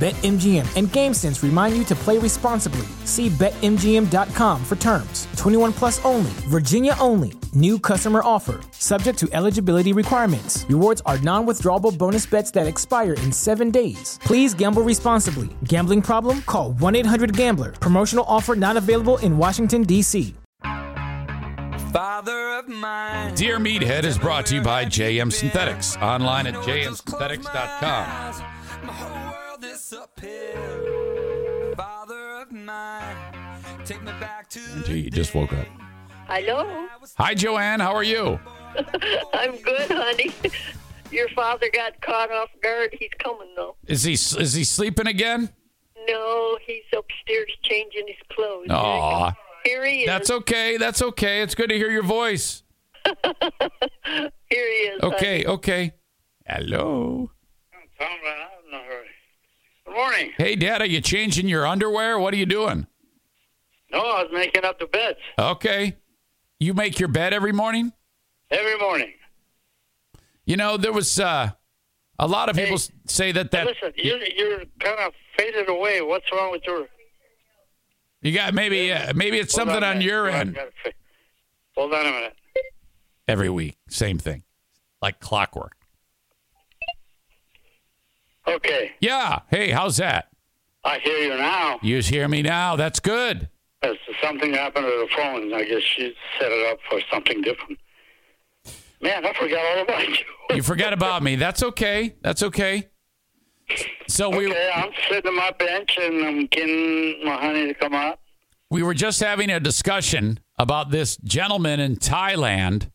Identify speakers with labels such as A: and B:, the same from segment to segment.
A: BetMGM and GameSense remind you to play responsibly. See BetMGM.com for terms. 21 plus only, Virginia only. New customer offer, subject to eligibility requirements. Rewards are non withdrawable bonus bets that expire in seven days. Please gamble responsibly. Gambling problem? Call 1 800 Gambler. Promotional offer not available in Washington, D.C.
B: Father of mine.
C: Dear Meathead is brought to you by JM Synthetics. Online at jmsynthetics.com.
B: My whole world is uphill. Father of mine. Take me back to the
C: Gee, you just woke up.
D: Hello.
C: Hi, Joanne. How are you?
D: I'm good, honey. Your father got caught off guard. He's coming though.
C: Is he is he sleeping again?
D: No, he's upstairs changing his clothes. There he
C: Aw.
D: goes. Here he is.
C: That's okay. That's okay. It's good to hear your voice.
D: Here he is. honey.
C: Okay. Okay. Hello.
E: Sound right out in a hurry. Good morning.
C: Hey, Dad. Are you changing your underwear? What are you doing?
E: No, I was making up the beds
C: Okay. You make your bed every morning.
E: every morning.
C: You know there was uh, a lot of people s- say that that
E: Listen, you're, you're kind of faded away. What's wrong with your?
C: you got maybe uh, maybe it's
E: Hold
C: something
E: a
C: on
E: minute.
C: your
E: Hold I
C: end
E: gotta fi- Hold on a minute.
C: every week. Same thing, like clockwork.
E: Okay,
C: Yeah. Hey, how's that?
E: I hear you now.
C: You hear me now? That's good.
E: As to something happened to the phone. I guess you set it up for something different. Man, I forgot all about you.
C: You forgot about me. That's okay. That's okay. So we
E: Okay, I'm sitting on my bench and I'm getting my honey to come out.
C: we were just having a discussion about this gentleman in Thailand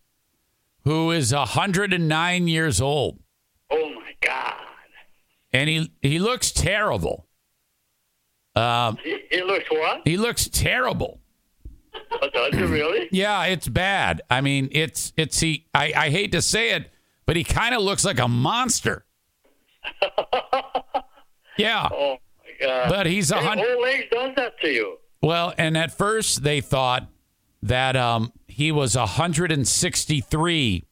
C: who is 109 years old
E: Oh my God,
C: and he he looks terrible. Um,
E: he, he looks what?
C: he looks terrible.
E: Oh, Does he really?
C: Yeah, it's bad. I mean, it's it's he. I, I hate to say it, but he kind of looks like a monster. yeah,
E: Oh my God.
C: but he's a
E: Hey,
C: hundred.
E: Old age does that to you.
C: Well, and at first they thought that um, he was 163,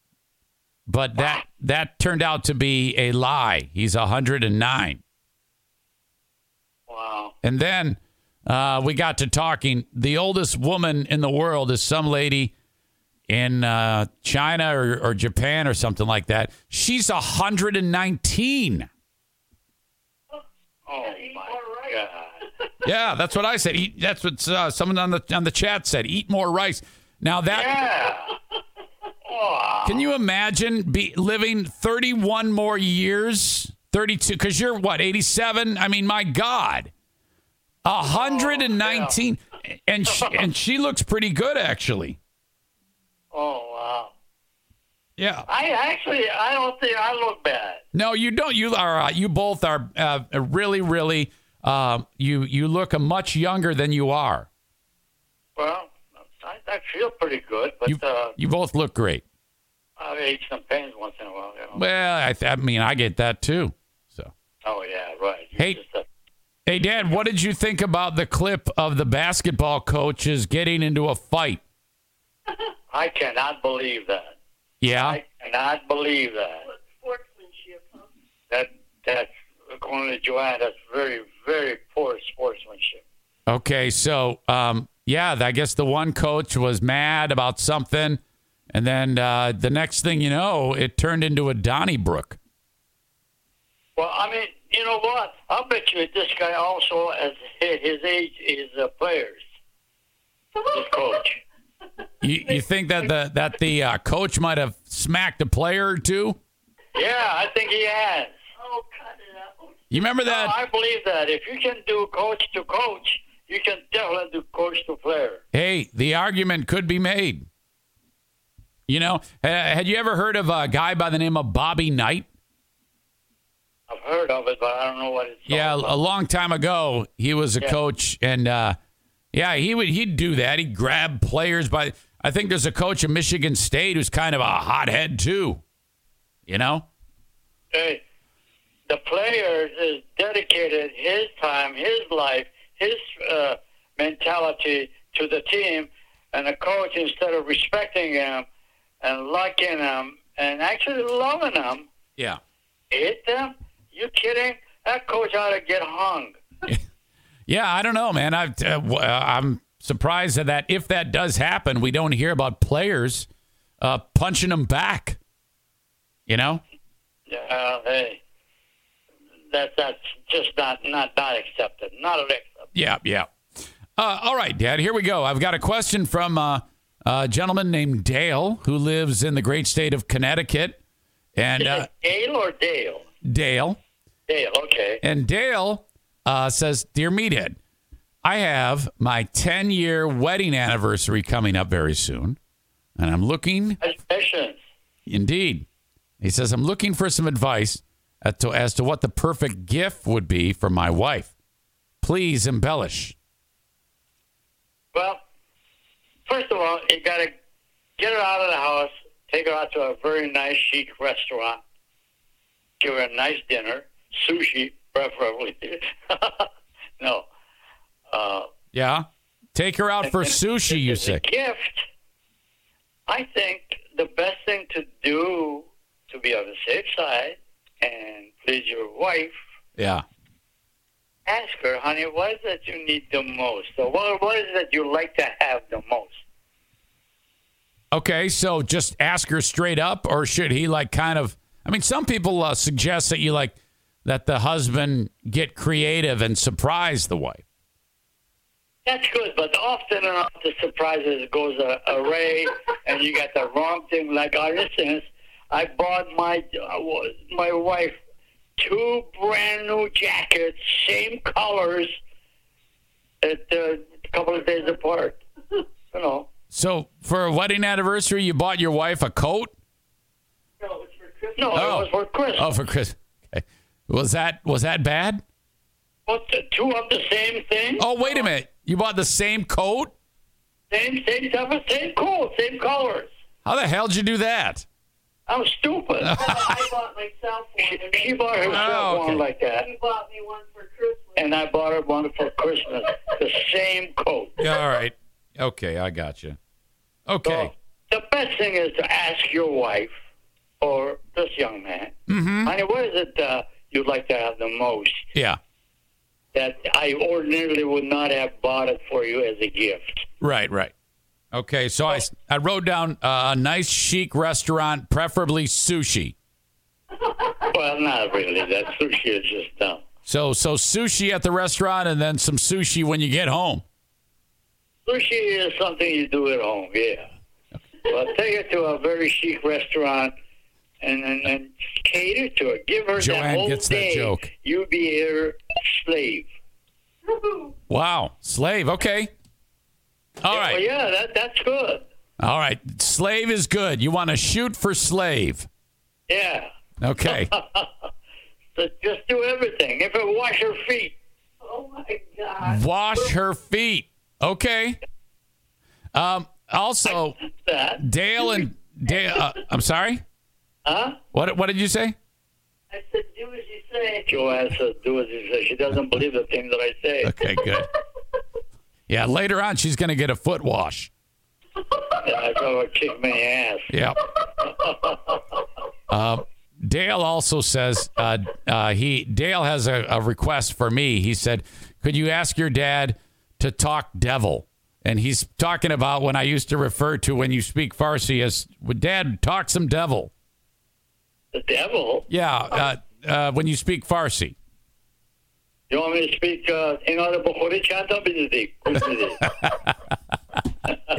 C: but that that turned out to be a lie. He's 109.
E: Wow.
C: And then uh, we got to talking. The oldest woman in the world is some lady in uh, China or, or Japan or something like that. She's 119.
E: Oh my God.
C: Yeah, that's what I said. Eat, that's what uh, someone on the on the chat said. Eat more rice. Now that
E: Yeah. Oh,
C: Can you imagine be living 31 more years? 32 cuz you're what, 87? I mean, my god. 119 and she, and she looks pretty good actually.
E: oh wow.
C: Yeah.
E: I actually, I don't think I look bad.
C: No, you don't. You are uh, you both are uh, really really um you you look much younger than you are.
E: Well, I, I feel pretty good, but
C: You
E: uh,
C: you both look great.
E: I ate some pains once in a while. You know?
C: Well, I, th- I mean, I get that too. So,
E: oh yeah, right. You
C: Hey.
E: just, uh,
C: hey Dad, what did you think about the clip of the basketball coaches getting into a fight?
E: I cannot believe that.
C: Yeah.
E: I cannot believe that. That that's according to Joanne. That's very very poor sportsmanship.
C: Okay, so um, yeah, I guess the one coach was mad about something, and then uh, the next thing you know, it turned into a Donnybrook.
E: Well, I mean, you know what? I bet you this guy also has hit his age is uh, players. This coach.
C: You, you think that the that the uh, coach might have smacked a player or two?
E: Yeah, I think he has.
D: Oh,
C: You remember
E: No,
C: that?
E: I believe that if you can do coach to coach, You can definitely do coach to player.
C: Hey, the argument could be made. You know, uh, had you ever heard of a guy by the name of Bobby Knight?
E: I've heard of it, but I don't know what it's.
C: Yeah, a
E: all about.
C: long time ago, he was a
E: Yeah.
C: coach, and uh, yeah, he would he'd do that. He'd grab players by. I think there's a coach in Michigan State who's kind of a hothead too. You know,
E: Hey, the player is dedicated his time, his life, his uh, mentality to the team, and the coach instead of respecting him and liking him and actually loving him,
C: yeah.
E: hit them. You kidding? That coach ought to get hung.
C: Yeah, I don't know, man. I've, uh, w- uh, I'm surprised at that if that does happen, we don't hear about players uh, punching them back. You know?
E: Yeah, hey, that that's just not not not accepted. Not accepted.
C: Yeah, yeah. Uh, all right, Dad. Here we go. I've got a question from uh, a gentleman named Dale who lives in the great state of Connecticut. And
E: Is
C: uh,
E: it Dale or Dale?
C: Dale.
E: Dale. Okay.
C: And Dale uh, says, Dear Meathead, I have my 10 year wedding anniversary coming up very soon. And I'm looking
E: Questions.
C: Indeed. He says, I'm looking for some advice as to, as to what the perfect gift would be for my wife. Please embellish.
E: Well, first of all, you got to get her out of the house, take her out to a very nice, chic restaurant, give her a nice dinner, sushi, preferably. no. Uh,
C: Yeah. Take her out for sushi, you
E: as a
C: say.
E: gift, I think the best thing to do to be on the safe side and please your wife,
C: Yeah.
E: ask her, honey, what is it you need the most? Or what, what is it you like to have the most?
C: Okay. So just ask her straight up, or should he, like, kind of? I mean, some people uh, suggest that you, like, that the husband get creative and surprise the wife.
E: That's good, but often enough the surprises goes a- away, and you got the wrong thing. Like for instance, I bought my uh, wa- my wife two brand new jackets, same colors, at uh, a couple of days apart. You know,
C: So for a wedding anniversary, you bought your wife a coat?
E: no,
C: Oh.
E: it was for Christmas.
C: Oh, for Chris. Okay. Was that was that bad?
E: But the two of the same thing,
C: Oh, wait a minute. You bought the same coat?
E: same same type of same coat, same colors.
C: How the hell did you do that?
E: I'm stupid.
F: I bought myself
E: she,
F: one. and
E: she
F: then
E: bought herself
C: Oh, okay.
E: one like that.
F: You bought me one for Christmas.
E: and I bought her one for Christmas. The same coat.
C: Yeah, all right. Okay, I got you. Okay.
E: So, the best thing is to ask your wife or this young man,
C: Mm-hmm.
E: honey, what is it uh, you'd like to have the most
C: Yeah.
E: that I ordinarily would not have bought it for you as a gift?
C: Right, right. Okay, so I, s- I wrote down uh, a nice chic restaurant, preferably sushi.
E: Well, not really. That sushi is just dumb.
C: So so sushi at the restaurant and then some sushi when you get home.
E: Sushi is something you do at home, yeah. Well, take her to a very chic restaurant and and, and cater to her. Give her
C: Joanne
E: that whole
C: gets that
E: day.
C: joke.
E: You be her slave.
C: Wow, slave. Okay. All
E: Yeah,
C: right.
E: yeah, that, that's good.
C: All right. Slave is good. You want to shoot for slave.
E: Yeah.
C: Okay.
E: So just do everything. If it wash her feet,
F: Oh my God.
C: Wash her feet. Okay. Um also
E: that.
C: Dale and Dale uh, I'm sorry?
E: Huh?
C: What what did you say?
F: I said, do as you say.
E: Joanne says, do as you say. She doesn't believe the thing that I say.
C: Okay, good. Yeah, later on she's going to get a foot wash.
E: And I tell her, kick my ass.
C: Yeah. Um Dale also says uh, uh, he Dale has a, a request for me. He said, "Could you ask your dad to talk devil?" And he's talking about when I used to refer to when you speak Farsi as, "Would Dad talk some devil?"
E: The devil?
C: Yeah, uh, uh, when you speak Farsi.
E: You want me to speak uh, in order before it? Chant up into the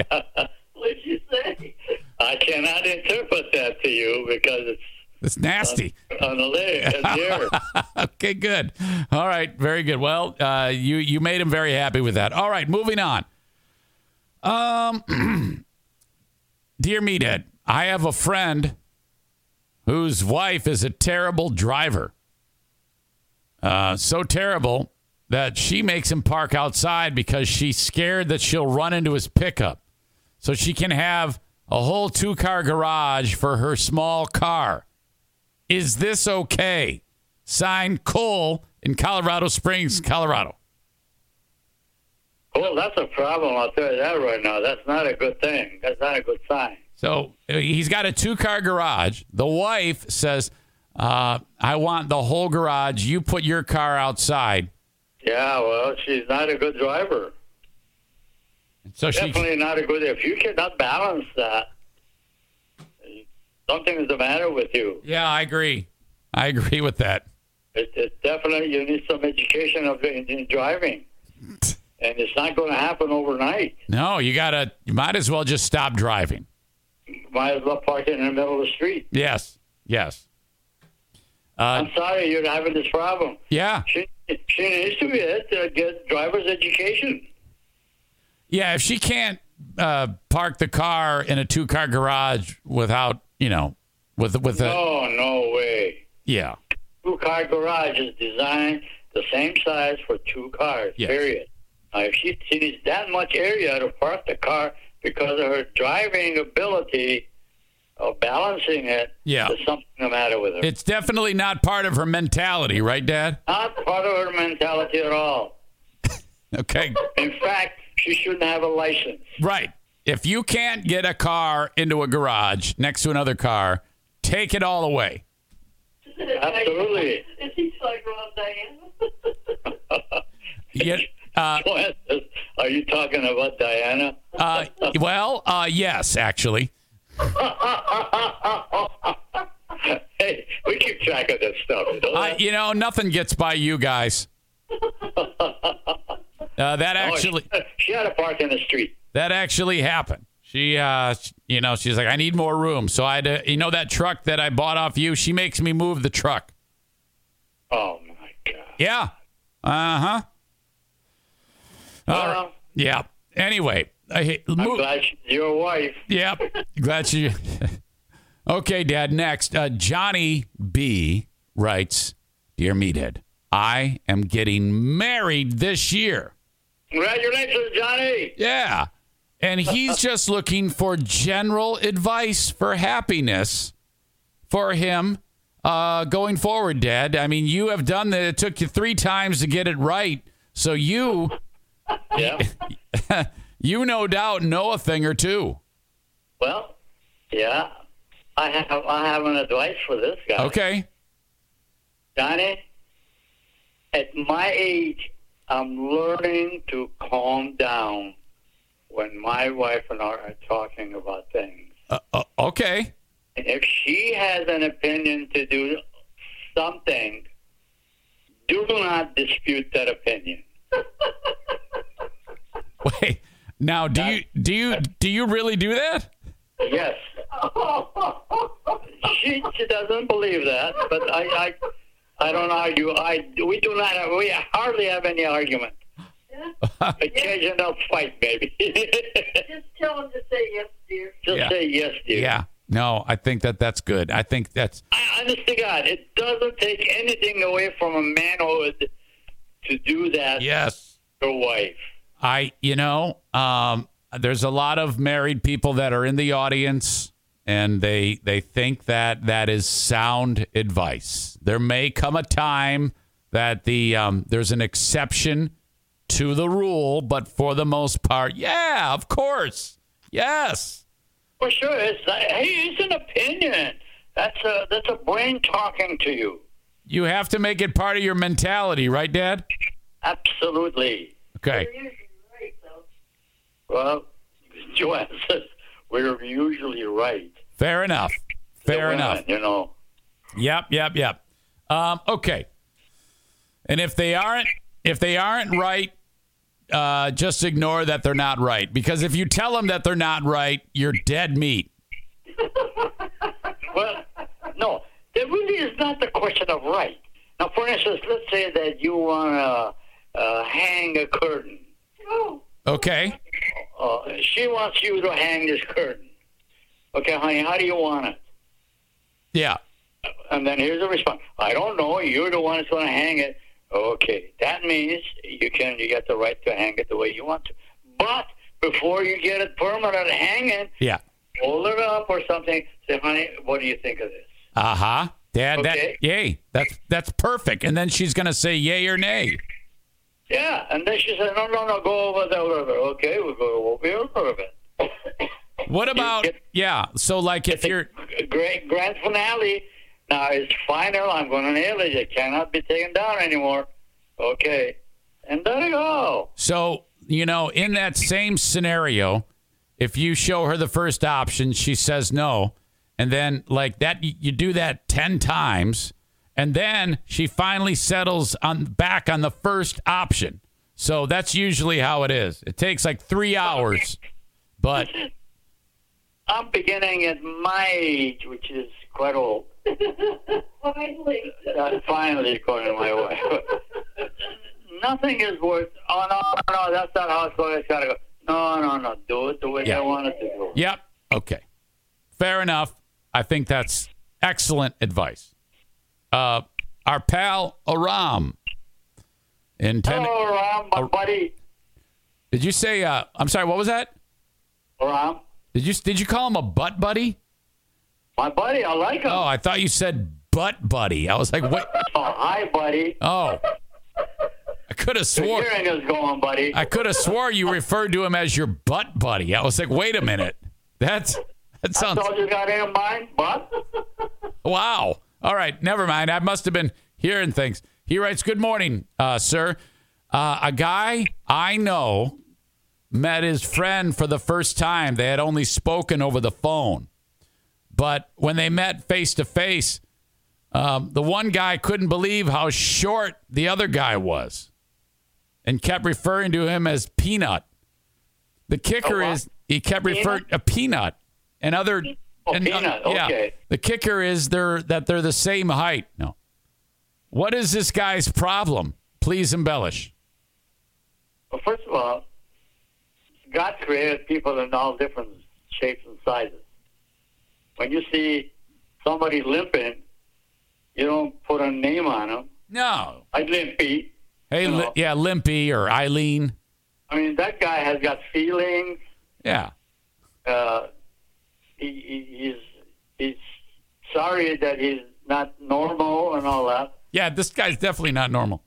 F: What'd you say?
E: I cannot interpret that to you because it's
C: It's nasty.
E: on the air. on the air.
C: Okay, good. All right, very good. Well, uh, you you made him very happy with that. All right, moving on. Um, dear meathead, I have a friend whose wife is a terrible driver. Uh, so terrible that she makes him park outside because she's scared that she'll run into his pickup. So she can have a whole two car garage for her small car. Is this okay? Signed Cole in Colorado Springs, Colorado.
E: Well, that's a problem. I'll tell you that right now. That's not a good thing. That's not a good sign.
C: So uh, he's got a two car garage. The wife says, uh, I want the whole garage. You put your car outside.
E: Yeah, well, she's not a good driver.
C: So she,
E: Definitely not a good. If you cannot balance that, something is the matter with you.
C: yeah, I agree. I agree with that.
E: It, it's definitely you need some education of in, in driving, and it's not going to happen overnight.
C: No, you gotta. You might as well just stop driving.
E: Might as well park it in the middle of the street.
C: Yes, yes,
E: I'm sorry you're having this problem.
C: yeah,
E: She she needs to get uh, get driver's education.
C: yeah. If she can't uh, park the car in a two-car garage without, you know, with with a
E: Oh no way!
C: yeah,
E: Two car garage is designed the same size for two cars.
C: Yes.
E: Period. Now, if she, she needs that much area to park the car because of her driving ability of balancing it,
C: Yeah.
E: there's something the matter with her.
C: it's definitely not part of her mentality, right, Dad?
E: Not part of her mentality at all.
C: Okay,
E: In fact, she shouldn't have a license.
C: right. If you can't get a car into a garage next to another car, take it all away.
E: Absolutely.
F: Is he like Ron Diane?
C: Yeah. Uh,
E: Are you talking about Diana?
C: uh, well, uh, yes, actually.
E: Hey, we keep track of this stuff. don't
C: I, Uh, you know, nothing gets by you guys. Uh, that
E: we?
C: actually,
E: Oh, she had a park in the street.
C: that actually happened. She, uh, sh- you know, she's like, I need more room. So I, had to, you know, that truck that I bought off you, she makes me move the truck.
E: Oh my God!
C: Yeah. Uh huh. All
E: Well,
C: right. Yeah. Anyway, I hate,
E: I'm
C: move.
E: glad she's your wife.
C: Yep. Glad you. okay, Dad. Next, uh, Johnny B writes, "Dear Meathead, I am getting married this year.
E: Congratulations, Johnny.
C: Yeah, and he's just looking for general advice for happiness for him uh, going forward, Dad. I mean, you have done that. It took you three times to get it right, so you,
E: Yeah.
C: you no doubt know a thing or two.
E: well, yeah. I have I have an advice for this guy.
C: Okay.
E: Johnny, at my age, I'm learning to calm down when my wife and I are talking about things.
C: Uh, okay.
E: And if she has an opinion to do something, do not dispute that opinion.
C: Wait. Now, do you do you do you really do that?
E: Yes. she, she doesn't believe that, but I, I, I don't argue. I, we do not have, we hardly have any argument. Occasional fight, maybe.
F: Just tell him to say yes, dear.
E: Just
C: Yeah.
E: say yes, dear.
C: Yeah. No, I think that that's good. I think that's
E: I, honest to God, it doesn't take anything away from a manhood to do that
C: yes.
E: to your wife.
C: I you know, um there's a lot of married people that are in the audience and they they think that that is sound advice. There may come a time that the um there's an exception to the rule, but for the most part, yeah, of course. Yes.
E: For sure, it's like, hey, it's an opinion. That's a that's a brain talking to you.
C: You have to make it part of your mentality, right, Dad?
E: Absolutely.
C: Okay.
F: You're usually right, though.
E: Well, Joanne says we're usually right.
C: Fair enough. Fair
E: Joanne,
C: enough.
E: You know.
C: Yep, yep, yep. Um, okay. And if they aren't, if they aren't right, uh, just ignore that they're not right. Because if you tell them that they're not right, you're dead meat.
E: Well, no, they really It is not a question of right. Now, for instance, let's say that you want to uh, hang a curtain.
C: Okay.
E: Uh, she wants you to hang this curtain. Okay, honey, how do you want it?
C: Yeah.
E: And then here's the response. I don't know. You're the one that's going to hang it. Okay, that means you can. You got the right to hang it the way you want to. But before you get it permanent hanging,
C: Yeah.
E: hold it up or something. Say, honey, what do you think of this?
C: Uh huh. Dad,
E: Okay.
C: that yay. That's that's perfect. And then she's gonna say yay or nay.
E: Yeah, and then she said, no, no, no, go over there, over there. Okay, we'll go over here, over there.
C: What about
E: get-
C: yeah? So like if you're
E: Great grand finale. Now it's final. I'm going to nail it. It cannot be taken down anymore. Okay, and there you go.
C: so you know in that same scenario, if you show her the first option, she says no, and then like that you you do that ten times, and then she finally settles on back on the first option. So that's usually how it is. It takes like three hours, but
E: I'm beginning at my age, which is quite old.
F: Finally.
E: Uh, finally, according to my wife. Nothing is worth. Oh no, no, that's not how it's going. It's got to go. No, no, no. Do it the way
C: Yeah.
E: I want it to go.
C: Yep. Okay. Fair enough. I think that's excellent advice. Uh, our pal Aram in ten.
E: Hello, Ram, my
C: Oh.
E: buddy.
C: Did you say? Uh, I'm sorry. What was that?
E: Ram,
C: Did you did you call him a butt buddy?
E: my buddy. I like him.
C: Oh, I thought you said butt buddy. I was like, what?
E: Oh, hi, buddy.
C: Oh, I could have
E: Your
C: swore.
E: hearing is going, buddy.
C: I could have swore you referred to him as your butt buddy. I was like, wait a minute. That's that sounds.
E: That's all you got in mind, bud?
C: Wow. All right. Never mind. I must have been hearing things. He writes, Good morning, uh, sir. Uh, a guy I know met his friend for the first time. They had only spoken over the phone. But when they met face to face, um, the one guy couldn't believe how short the other guy was and kept referring to him as Peanut. The kicker
E: A what?
C: is he kept referring a peanut and other
E: Oh,
C: and, uh,
E: peanut,
C: yeah.
E: okay.
C: The kicker is they're that they're the same height. No. What is this guy's problem? Please embellish.
E: Well, first of all, God created people in all different shapes and sizes. When you see somebody limping, you don't put a name on him.
C: No.
E: I limpy.
C: Hey,
E: No.
C: Li- yeah, Limpy or Eileen.
E: I mean, that guy has got feelings.
C: Yeah.
E: Uh, he, he, he's he's sorry that he's not normal and all that.
C: Yeah, this guy's definitely not normal.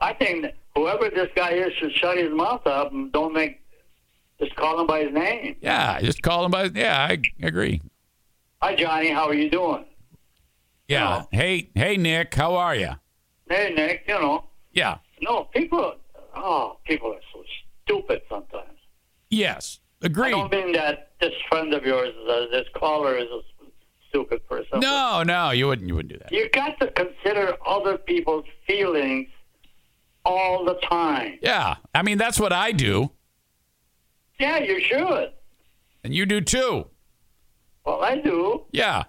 E: I think that whoever this guy is should shut his mouth up and don't make just call him by his name.
C: Yeah, I just call him by Yeah, I agree.
E: Hi Johnny, how are you doing?
C: Yeah. Hey, hey Nick, how are you?
E: Hey Nick, you know.
C: Yeah.
E: No, people oh, people are so stupid sometimes.
C: Yes.
E: I
C: Agreed.
E: don't mean that this friend of yours, uh, this caller is a s- stupid person.
C: No, no, you wouldn't you wouldn't do that.
E: You got to consider other people's feelings all the time.
C: Yeah. I mean, that's what I do,
E: Yeah, you should.
C: and you do too.
E: Well, I do.
C: Yeah.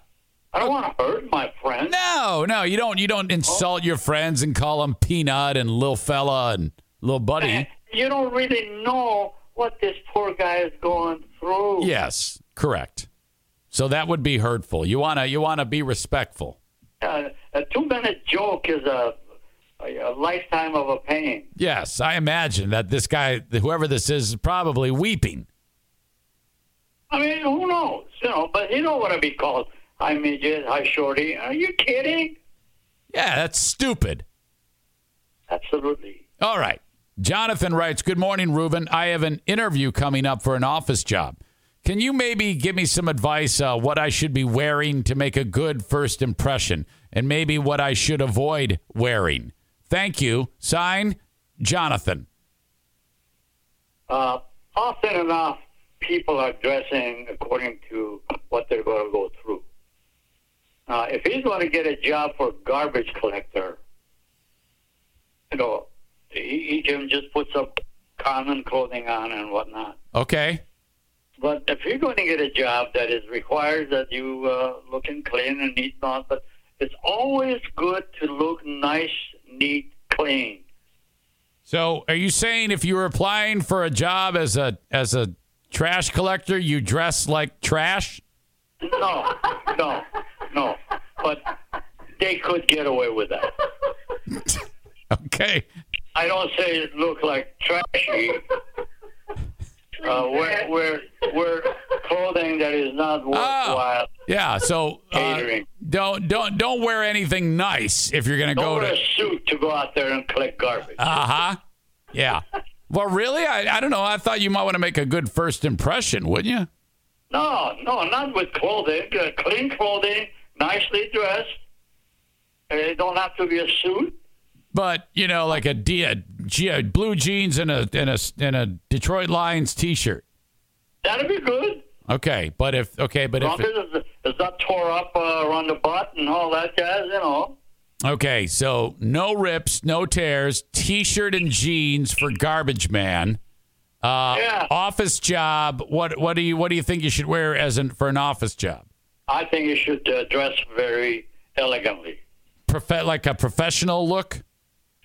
E: I don't want to hurt my friend.
C: No, no, you don't. You don't insult your friends and call them peanut and little fella and little buddy.
E: You don't really know what this poor guy is going through.
C: yes, correct. So that would be hurtful. You wanna you wanna be respectful.
E: Uh, a two minute joke is a, a, a lifetime of a pain.
C: Yes, I imagine that this guy, whoever this is, is probably weeping.
E: I mean, who knows? You know, but he don't want to be called hi midget, hi shorty. Are you kidding?
C: Yeah, that's stupid.
E: Absolutely.
C: All right. Jonathan writes, Good morning, Reuben. I have an interview coming up for an office job. Can you maybe give me some advice uh, what I should be wearing to make a good first impression and maybe what I should avoid wearing? Thank you. Sign, Jonathan.
E: Uh, often enough, people are dressing according to what they're going to go through. Uh, if he's going to get a job for garbage collector, you know, he, he can just put some common clothing on and whatnot.
C: Okay.
E: But if you're going to get a job that is requires that you uh, looking clean and neat, and all, but It's always good to look nice, neat, clean.
C: So, are you saying if you were applying for a job as a as a trash collector, you dress like trash?
E: No, no, no. But they could get away with that.
C: Okay.
E: I don't say it look like trashy. Uh, wear, wear, wear clothing that is not worthwhile.
C: Yeah. So Ah, uh,
E: Catering.
C: don't don't don't wear anything nice if you're gonna
E: Don't
C: go
E: wear
C: to.
E: a suit to go out there and collect garbage.
C: Uh huh. Yeah. Well, really, I, I don't know. I thought you might want to make a good first impression, wouldn't you?
E: No, no, not with clothing. Uh, clean clothing, nicely dressed. Uh, It don't have to be a suit.
C: But you know, like a, D, a, G, a blue jeans and a and a and a Detroit Lions T-shirt.
E: That'd be good.
C: Okay, but if okay, but
E: As
C: if
E: long
C: it,
E: as it's not tore up uh, around the butt and all that jazz, you know.
C: okay, so no rips, no tears, T-shirt and jeans for garbage man. Uh,
E: Yeah.
C: Office job. What what do you what do you think you should wear as an for an office job?
E: I think you should uh, dress very elegantly.
C: Profe- like a professional look.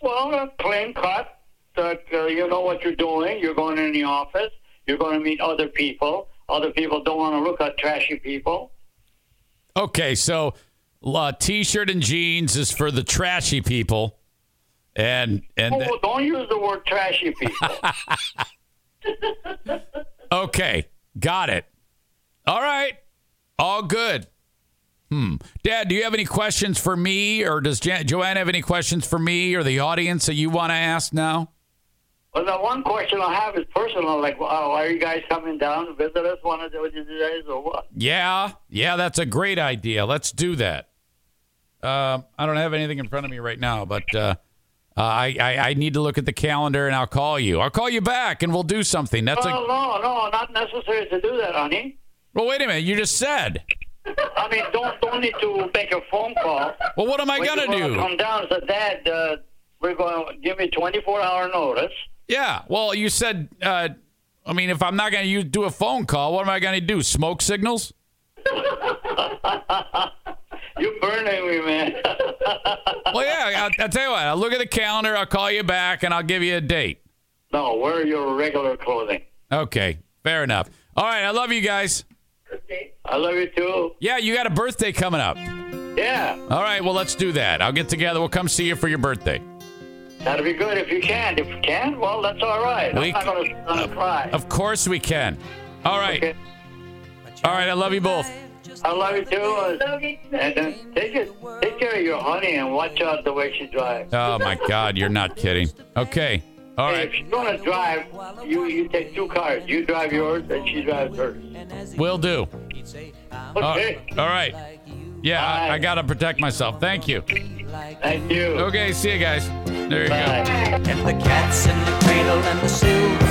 E: Well, a clean cut. That uh, you know what you're doing. You're going in the office. You're going to meet other people. Other people don't want to look at trashy people.
C: Okay, so uh, T-shirt and jeans is for the trashy people, and and
E: Oh, don't use the word trashy people.
C: Okay, got it. All right, all good. Hmm. Dad, do you have any questions for me, or does Jan- Joanne have any questions for me or the audience that you want to ask now?
E: well, the one question I have is personal. Like, wow, are you guys coming down to visit us one of these days or what?
C: Yeah, yeah, that's a great idea. Let's do that. Um, I don't have anything in front of me right now, but uh, uh, I, I I need to look at the calendar and I'll call you. I'll call you back and we'll do something. That's
E: well,
C: a
E: no, no, not necessary to do that, honey.
C: well. Wait a minute, you just said.
E: I mean, don't don't need to make a phone call.
C: Well, what am I
E: When you
C: gonna do?
E: Come down and say, Dad, uh, we're going to give me 24 hour notice.
C: Yeah. Well, you said. Uh, I mean, if I'm not going to use, do a phone call, what am I going to do? Smoke signals?
E: You're burning me, man.
C: Well, yeah. I'll, I'll tell you what. I'll look at the calendar. I'll call you back, and I'll give you a date.
E: no, wear your regular clothing.
C: Okay. Fair enough. All right. I love you guys.
E: I love you too.
C: Yeah, you got a birthday coming up.
E: Yeah,
C: All right. Well, let's do that. I'll get together. We'll come see you for your birthday.
E: that'd be good if you can. If you can, well, that's all right.
C: We-
E: I'm not gonna, gonna cry.
C: Of course we can. All right.
E: Okay.
C: All right. I love you both.
E: I love you too. And,
F: Love you too.
E: and then take it, take care of your honey and watch out the way she drives.
C: Oh my God, you're not kidding. Okay. All
E: Hey,
C: right.
E: if she's gonna drive, you you take two cars. You drive yours and she drives hers.
C: Will do. All
E: Okay.
C: right. All right. Yeah, I, I got to protect myself. Thank you.
E: Thank you.
C: Okay, see you guys. There you go.
E: Bye.
G: And the cat's in the cradle and the silver